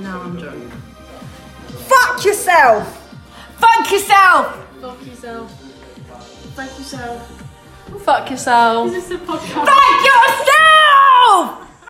No, I'm drunk. Fuck yourself! Fuck yourself! Fuck yourself. Fuck yourself. Fuck yourself. Is this a podcast? Fuck yourself!